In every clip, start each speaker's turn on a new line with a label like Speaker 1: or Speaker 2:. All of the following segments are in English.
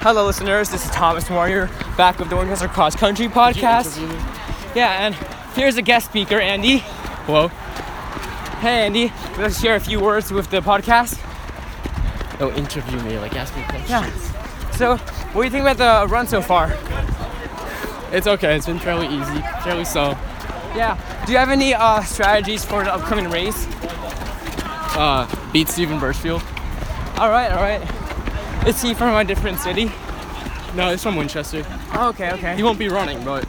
Speaker 1: Hello, listeners. This is Thomas Warrior, back of the Winchester Cross Country Podcast. Yeah, and here's a guest speaker, Andy.
Speaker 2: Hello.
Speaker 1: Hey, Andy. Let's share a few words with the podcast.
Speaker 2: Oh, interview me. Like, ask me questions.
Speaker 1: Yeah. So, what do you think about the run so far?
Speaker 2: It's okay. It's been fairly easy. Fairly slow.
Speaker 1: Yeah. Do you have any uh, strategies for the upcoming race?
Speaker 2: Uh, beat Steven Birchfield.
Speaker 1: All right, all right. Is he from a different city?
Speaker 2: No, he's from Winchester.
Speaker 1: Oh, okay, okay.
Speaker 2: He won't be running, but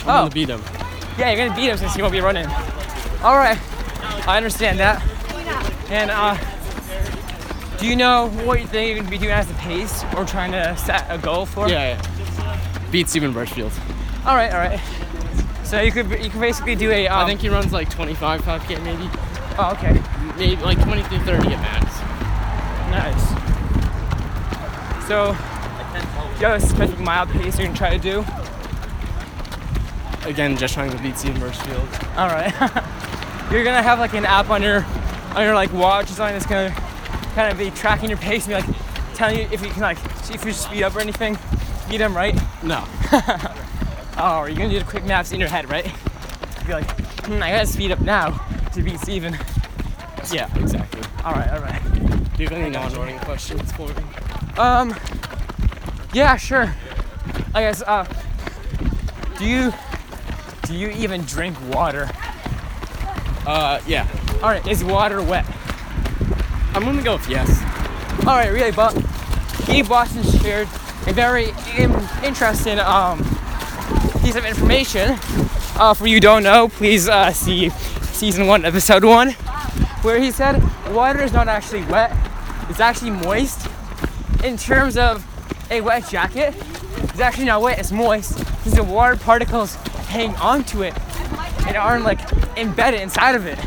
Speaker 2: I'm
Speaker 1: Oh.
Speaker 2: gonna beat him.
Speaker 1: Yeah, you're gonna beat him since he won't be running. All right, I understand that. And uh, do you know what they're gonna be doing as a pace or trying to set a goal for?
Speaker 2: Yeah, yeah. Beat Steven Birchfield.
Speaker 1: All right, all right. So you could you could basically do a. Um,
Speaker 2: I think he runs like 25 5K maybe.
Speaker 1: Oh, okay.
Speaker 2: Maybe like 23 30 at max.
Speaker 1: Nice. So, do you have a specific mile pace you're gonna try to do?
Speaker 2: Again, just trying to beat Steven Birchfield.
Speaker 1: All right. You're gonna have like an app on your on your like watch or something that's gonna kind of be tracking your pace and be like telling you if you can like see if you speed up or anything. Beat him, right?
Speaker 2: No.
Speaker 1: Oh, you're gonna do the quick maps in your head, right? Be like, hmm, I gotta speed up now to beat Steven.
Speaker 2: yeah, exactly.
Speaker 1: All right, all right.
Speaker 2: Do you have any non-running questions for me?
Speaker 1: Um, yeah, sure. I guess. Uh, do you do you even drink water?
Speaker 2: Uh, yeah.
Speaker 1: All right, is water wet?
Speaker 2: I'm gonna go with yes.
Speaker 1: All right, really, but Gabe Watson shared a very in- interesting um, piece of information. Uh, for you don't know, please uh, see season one, episode one, where he said water is not actually wet; it's actually moist. In terms of a wet jacket, it's actually not wet; it's moist because the water particles hang onto it and aren't like embedded inside of it.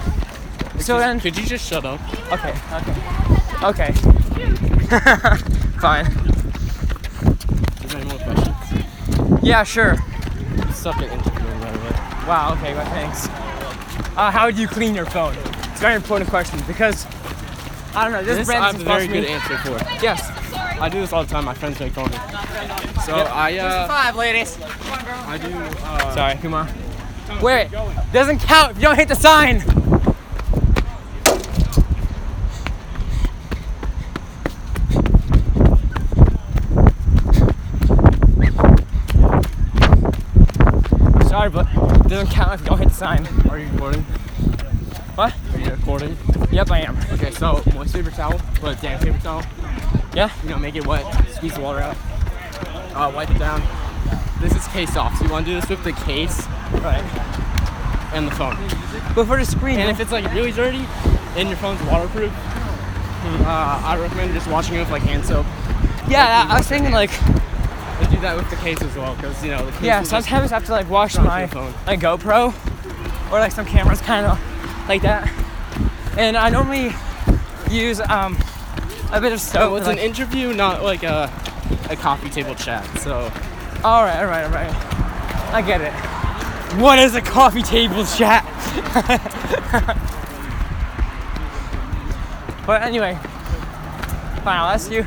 Speaker 1: So then,
Speaker 2: Could you just shut up?
Speaker 1: Okay, okay. Okay. Fine.
Speaker 2: Is there any more questions?
Speaker 1: Yeah, sure.
Speaker 2: Suck at interviewing, by the way.
Speaker 1: Wow, okay, well, thanks. Uh, how do you clean your phone? It's a very important question because, I don't know, this,
Speaker 2: This I
Speaker 1: brand
Speaker 2: have a
Speaker 1: is
Speaker 2: very
Speaker 1: me.
Speaker 2: good answer for.
Speaker 1: Yes.
Speaker 2: I do this all the time. My friends make fun of me. So I, uh,
Speaker 1: Five, ladies.
Speaker 2: I do. Uh,
Speaker 1: Sorry, come on. Wait, doesn't count if you don't hit the sign. Sorry, but doesn't count if you don't hit the sign.
Speaker 2: Are you recording?
Speaker 1: What?
Speaker 2: Are you recording?
Speaker 1: Yep, I am.
Speaker 2: Okay, so moist paper towel, but damp paper towel.
Speaker 1: Yeah?
Speaker 2: You know, make it wet. Squeeze the water out. Uh, wipe it down. This is case off. So you want to do this with the case
Speaker 1: Right.
Speaker 2: and the phone.
Speaker 1: But for the screen,
Speaker 2: And
Speaker 1: you-
Speaker 2: if it's like really dirty, and your phone's waterproof, uh, I recommend just washing it with like hand soap.
Speaker 1: yeah, I was thinking like,
Speaker 2: And do that with the case as well, because you know the case
Speaker 1: yeah,
Speaker 2: will just-
Speaker 1: sometimes I have to like wash
Speaker 2: Not
Speaker 1: my,
Speaker 2: your phone.
Speaker 1: my GoPro or like some cameras kind of like that. And I normally use um, a bit of soap.
Speaker 2: Oh, it's
Speaker 1: like-
Speaker 2: an interview, not like a, a coffee table chat. So
Speaker 1: All right, all right, all right. I get it. What is a coffee table chat? but anyway, fine, I'll ask you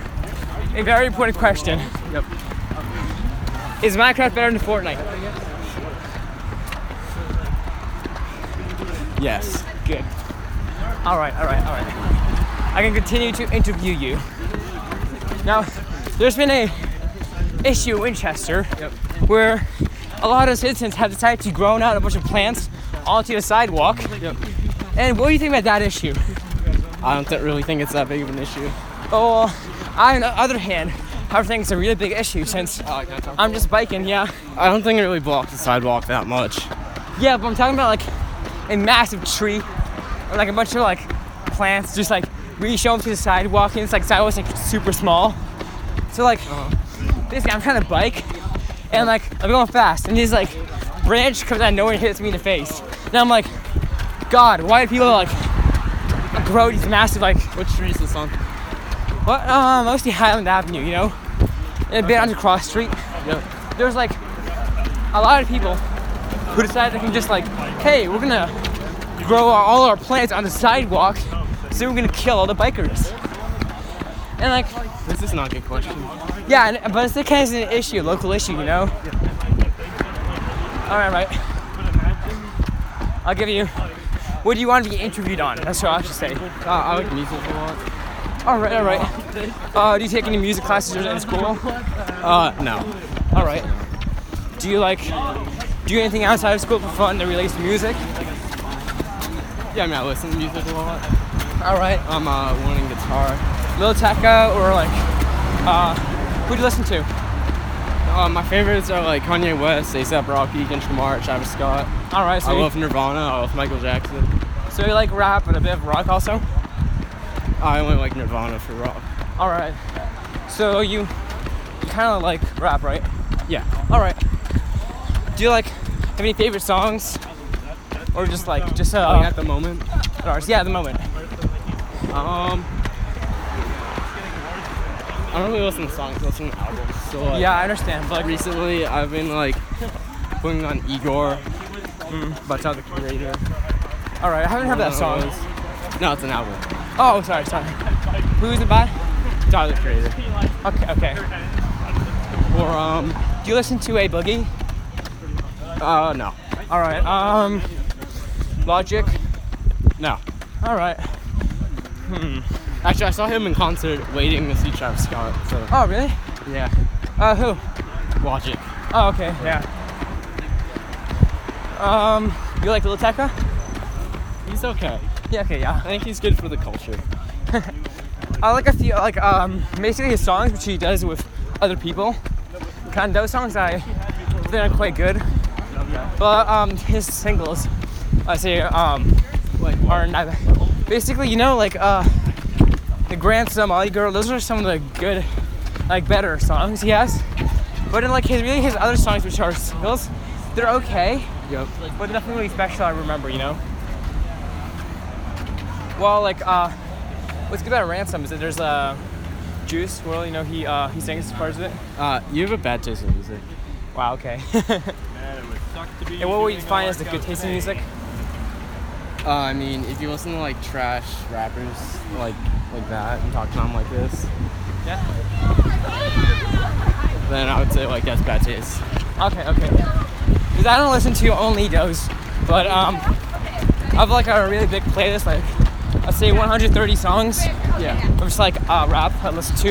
Speaker 1: a very important question.
Speaker 2: Yep.
Speaker 1: Is Minecraft better than Fortnite?
Speaker 2: yes,
Speaker 1: Good. All right, all right, all right. I can continue to interview you. Now, there's been a issue in Winchester
Speaker 2: Yep.
Speaker 1: where a lot of citizens have decided to grow out a bunch of plants onto the sidewalk.
Speaker 2: Yep.
Speaker 1: And what do you think about that issue?
Speaker 2: I don't th- really think it's that big of an issue.
Speaker 1: Oh, I, on the other hand, I think it's a really big issue since I'm just biking, yeah.
Speaker 2: I don't think it really blocks the sidewalk that much.
Speaker 1: Yeah, but I'm talking about like a massive tree or like a bunch of like plants just like we show them to the sidewalk and it's like sidewalk's like super small. So like basically I'm trying to bike and like I'm going fast and this like branch comes out of nowhere and hits me in the face. And I'm like, God, why do people like grow these massive like
Speaker 2: Which tree is this on?
Speaker 1: what uh, mostly Highland Avenue, you know? And a bit onto Cross Street
Speaker 2: Yep.
Speaker 1: there's like a lot of people who decide they can just like, hey, we're gonna grow our, all our plants on the sidewalk, so we're gonna kill all the bikers. And And like,
Speaker 2: This is not a good question.
Speaker 1: yeah, and- but it's the kind of an issue, local issue, you know. All right, right. I'll give you. What do you want to be interviewed on? That's what I should say.
Speaker 2: Uh, I like music a lot.
Speaker 1: All right, all right. Uh, do you take any music classes in school?
Speaker 2: Uh, no.
Speaker 1: All right. Do you like do anything outside of school for fun that relates to music?
Speaker 2: Yeah, I mean, I listen to music a lot.
Speaker 1: All right.
Speaker 2: I'm uh, learning guitar.
Speaker 1: Lil Tecca or like uh, who do you listen to?
Speaker 2: Uh, my favorites are like Kanye West, ASAP Rocky, Kendrick Lamar, Travis Scott.
Speaker 1: All right. So,
Speaker 2: I
Speaker 1: you,
Speaker 2: love Nirvana. I love Michael Jackson.
Speaker 1: so you like rap and a bit of rock also?
Speaker 2: I only like Nirvana for rock.
Speaker 1: All right. So you, you kind of like rap, right?
Speaker 2: Yeah.
Speaker 1: All right. Do you like have any favorite songs? Or just like just uh,
Speaker 2: Like at the moment.
Speaker 1: at ours? Yeah, at the moment.
Speaker 2: Um. I don't really listen to songs. I listen to albums. So like,
Speaker 1: Yeah, I understand. But like,
Speaker 2: Recently, I've been like putting on Igor, Bata the Creator.
Speaker 1: all right, I haven't heard that
Speaker 2: Uh,
Speaker 1: song.
Speaker 2: No, it's an album.
Speaker 1: Oh, sorry, sorry. Who's it by?
Speaker 2: Tyler the Creator.
Speaker 1: Okay, okay.
Speaker 2: Or um.
Speaker 1: Do you listen to a boogie?
Speaker 2: Uh, no.
Speaker 1: All right. Um, Logic.
Speaker 2: No.
Speaker 1: All right.
Speaker 2: Actually, I saw him in concert waiting to see Travis Scott. So
Speaker 1: Oh, really?
Speaker 2: yeah,
Speaker 1: Uh, who?
Speaker 2: Logic.
Speaker 1: Oh, okay. Yeah. Um, you like Lil Tecca?
Speaker 2: He's okay.
Speaker 1: Yeah. Okay.
Speaker 2: I
Speaker 1: Yeah.
Speaker 2: think he's good for the culture.
Speaker 1: I like a few, like um, basically his songs, which he does with other people. Kind of those songs I think are quite good. But um, his singles, I say um,
Speaker 2: Like
Speaker 1: are not. Basically, you know, like uh, the Grandson, Molly Girl. Those are some of the good, like better songs he has. But in like his really his other songs, which are singles, they're okay,
Speaker 2: Yep.
Speaker 1: but nothing really special I remember. You know. Well, like uh, what's good about Ransom is that there's a uh, Juice World. You know, he uh, he sings parts of it.
Speaker 2: Uh, you have a bad taste in music.
Speaker 1: Wow. Okay. and what we find is the good taste in music.
Speaker 2: Uh, I mean, if you listen to like trash rappers like like that and talk to them like this,
Speaker 1: Yeah.
Speaker 2: then I would say like that's bad taste.
Speaker 1: Okay, okay. Because I don't listen to only those, but um, I have like a really big playlist, like I say 130 songs.
Speaker 2: Yeah.
Speaker 1: of just like uh, rap I listen to.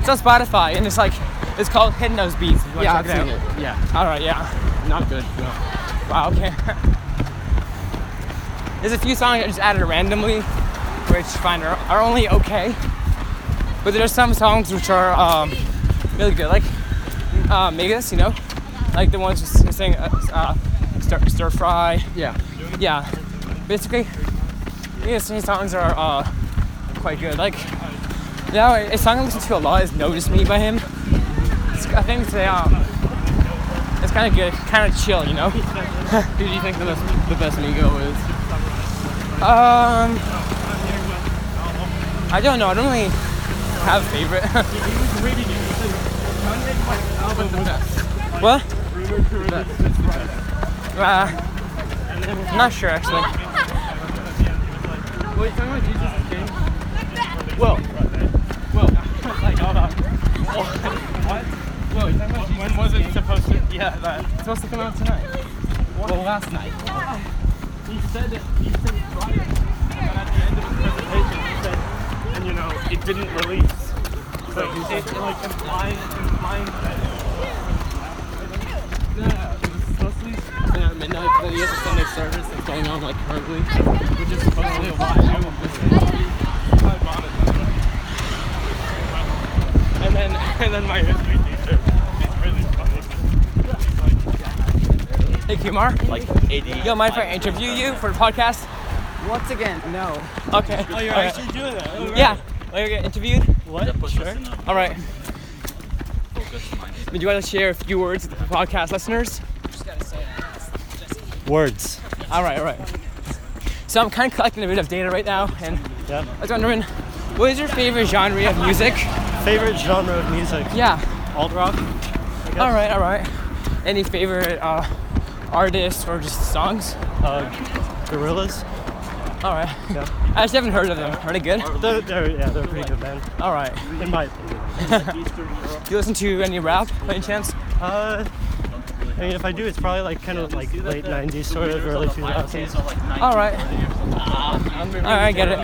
Speaker 1: It's on Spotify, and it's like it's called Hidden Nose Beats. if you wanna
Speaker 2: Yeah, I've
Speaker 1: check
Speaker 2: seen
Speaker 1: out.
Speaker 2: it. Yeah.
Speaker 1: All right, yeah.
Speaker 2: Not good. No.
Speaker 1: Wow. Okay. There's a few songs I just added randomly, which fine are, are only okay, but there's some songs which are um, really good, like uh, Megas, you know, like the ones just saying uh, uh, stir, stir fry.
Speaker 2: Yeah.
Speaker 1: Yeah, basically, Megas his songs are uh, quite good. Like, yeah, a song I listen to a lot is "Notice Me" by him. It's, I think it's a, um, it's kind of good, kind of chill, you know.
Speaker 2: Who do you think the best the best Migo is?
Speaker 1: Um, I don't know. I don't really have a favorite.
Speaker 2: But the best.
Speaker 1: what?
Speaker 2: The best.
Speaker 1: Uh, I'm Uh, not sure actually.
Speaker 2: Wait, talking about Jesus is King? Well, well, like hold on. What? Well, talking about Jesus
Speaker 3: When was it supposed to? Yeah, that.
Speaker 2: It's supposed to come out tonight. Well, last night.
Speaker 3: He said it. He said Friday, and at the end of his presentation, he said, and you know, it didn't release. So it's like implying, implying that.
Speaker 2: No, it was supposed to be at midnight, but then he has a Sunday service that's going on like currently, which is totally a lot. I won't miss it.
Speaker 3: I bought it. And then, and then my history teacher is really funny. He's like,
Speaker 1: Hey Kumar.
Speaker 4: like 80.
Speaker 1: Yo, mind if I interview you for the podcast?
Speaker 5: Once again, no.
Speaker 1: Okay.
Speaker 3: oh, you're
Speaker 1: All right.
Speaker 3: actually doing that? Oh, right.
Speaker 1: Yeah. Will you get interviewed?
Speaker 3: What? Sure.
Speaker 1: All right. Would you want to share a few words with the podcast listeners?
Speaker 4: Words.
Speaker 1: All right, all right. So I'm kind of collecting a bit of data right now, and
Speaker 4: Yeah.
Speaker 1: I was wondering, what is your favorite genre of music?
Speaker 4: Favorite genre of music?
Speaker 1: Yeah.
Speaker 4: Alt rock?
Speaker 1: All right, all right. Any favorite uh, artists or just songs?
Speaker 4: Uh, gorillas?
Speaker 1: All right. I actually haven't heard of them. Are they good?
Speaker 4: They're, they're, yeah, they're a pretty good band,
Speaker 1: All right.
Speaker 4: in my opinion.
Speaker 1: Do you listen to any rap by any chance?
Speaker 4: Uh, I mean, if I do, it's probably like kind of like late 90s, sort of early 2000s.
Speaker 6: Uh,
Speaker 1: All right. All right, I get it.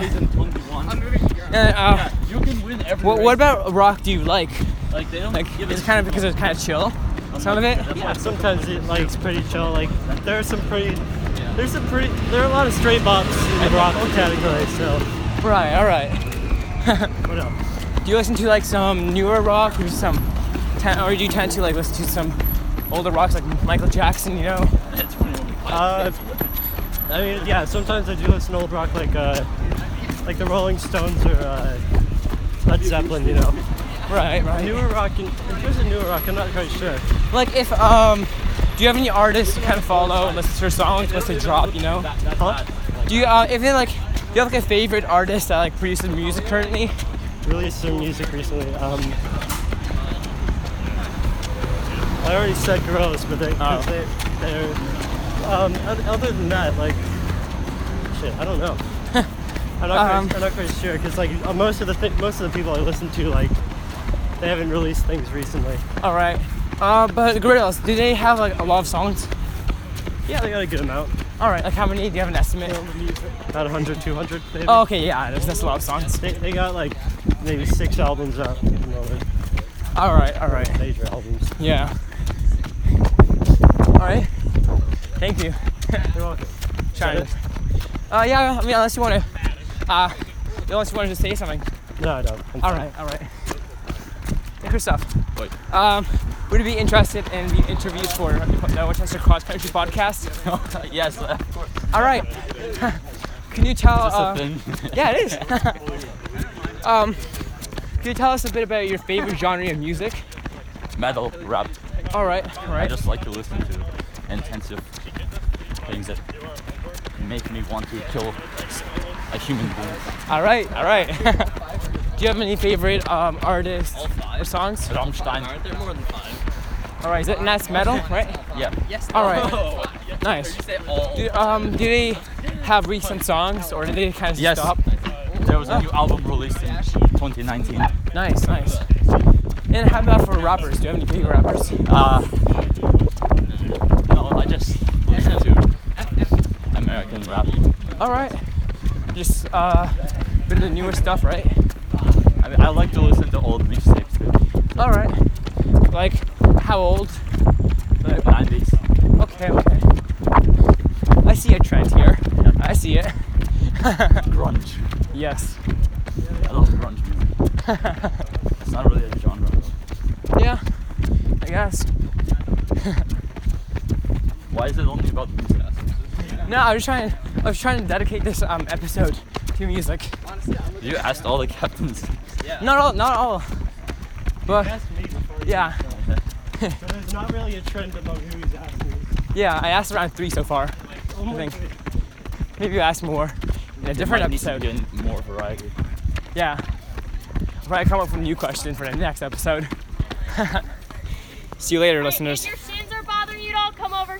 Speaker 1: And, uh,
Speaker 6: You can win every
Speaker 1: what,
Speaker 6: race.
Speaker 1: what about rock do you like?
Speaker 6: like they don't
Speaker 1: Like,
Speaker 6: give
Speaker 1: is
Speaker 6: it
Speaker 1: it kind of because it's kind of chill? Some of it?
Speaker 4: Yeah, sometimes it like it's pretty chill. Like there are some pretty, there's some pretty, there are a lot of straight bops in the rock category. So
Speaker 1: Right, all right.
Speaker 4: what else?
Speaker 1: Do you listen to like some newer rock or some, ten, or do you tend to like listen to some older rocks like Michael Jackson, you know?
Speaker 4: Uh, I mean, yeah, sometimes I do listen to old rock, like uh, like the Rolling Stones or uh, Led Zeppelin. You know,
Speaker 1: Right, right.
Speaker 4: newer rock. In, in terms of newer rock, I'm not quite sure.
Speaker 1: Like if um, do you have any artists you kind of follow, listen to their songs, listen to drop, you know?
Speaker 4: Huh?
Speaker 1: Do you uh, if they like, do you have like a favorite artist that like produces music currently?
Speaker 4: Released some music recently. Um, I already said Gorillaz, but they, 'cause
Speaker 1: Oh.
Speaker 4: they they're. Um, oth- other than that, like, shit, I don't know. I'm not,
Speaker 1: Um.
Speaker 4: quite, I'm not quite sure because like uh, most of the th- most of the people I listen to like they haven't released things recently.
Speaker 1: All right. Uh, but Gorillaz, do they have like a lot of songs?
Speaker 4: Yeah, they got a good amount.
Speaker 1: All right. Like how many? Do you have an estimate?
Speaker 4: About 100, 200 maybe.
Speaker 1: Oh, okay. Yeah, there's that's a lot of songs.
Speaker 4: They, they got like maybe six albums out at the moment.
Speaker 1: All right. All right.
Speaker 4: Major albums.
Speaker 1: Yeah. All right. Thank you.
Speaker 4: You're welcome.
Speaker 1: China. Uh, yeah. I mean, unless you want to, uh, unless you wanted to say something.
Speaker 4: No, I don't. I'm
Speaker 1: All
Speaker 4: fine.
Speaker 1: right. All right. Hey, Christoph.
Speaker 2: What?
Speaker 1: Um, would you be interested in being interviewed for the Winchester Cross Country Podcast?
Speaker 6: yes, that's
Speaker 1: All right. Can you tell? uh,
Speaker 6: a thing.
Speaker 1: Yeah, it is. um, can you tell us a bit about your favorite genre of music?
Speaker 6: Metal rap.
Speaker 1: All right, all
Speaker 6: I
Speaker 1: right.
Speaker 6: just like to listen to intensive things that make me want to kill a human being.
Speaker 1: all right, all right. Do you have any favorite um, artists or songs?
Speaker 6: Rammstein.
Speaker 1: All right, is it and that's metal, right?
Speaker 6: Yeah. Oh,
Speaker 1: All right, nice. Do, um, do they have recent songs or do they kind of
Speaker 6: Yes.
Speaker 1: stop?
Speaker 6: There was a new album released in 2019.
Speaker 1: Nice, nice. And how about for rappers? Do you have any favorite rappers?
Speaker 6: Uh, no, I just listen to American rap.
Speaker 1: All right, just uh, bit of the newer stuff, right?
Speaker 6: I mean, I like to listen to old mixtapes, too.
Speaker 1: All right. Like, how old?
Speaker 6: Like 90s.
Speaker 1: Okay, okay. I see a trend here. I see it.
Speaker 6: Grunge.
Speaker 1: yes.
Speaker 6: I love grunge music. It's not really a genre. though.
Speaker 1: Yeah, I guess.
Speaker 6: Why is it only about music?
Speaker 1: No, I was trying. I was trying to dedicate this um, episode to music.
Speaker 6: You asked all the captains.
Speaker 1: Not all, not all, but yeah,
Speaker 4: So there's not really a trend about who's asking.
Speaker 1: yeah. I asked around three so far. I think maybe you asked more in a different
Speaker 6: Might need to
Speaker 1: episode.
Speaker 6: be doing more variety.
Speaker 1: Yeah. Right, come up with a new question for the next episode. See you later, listeners.
Speaker 7: If you're serious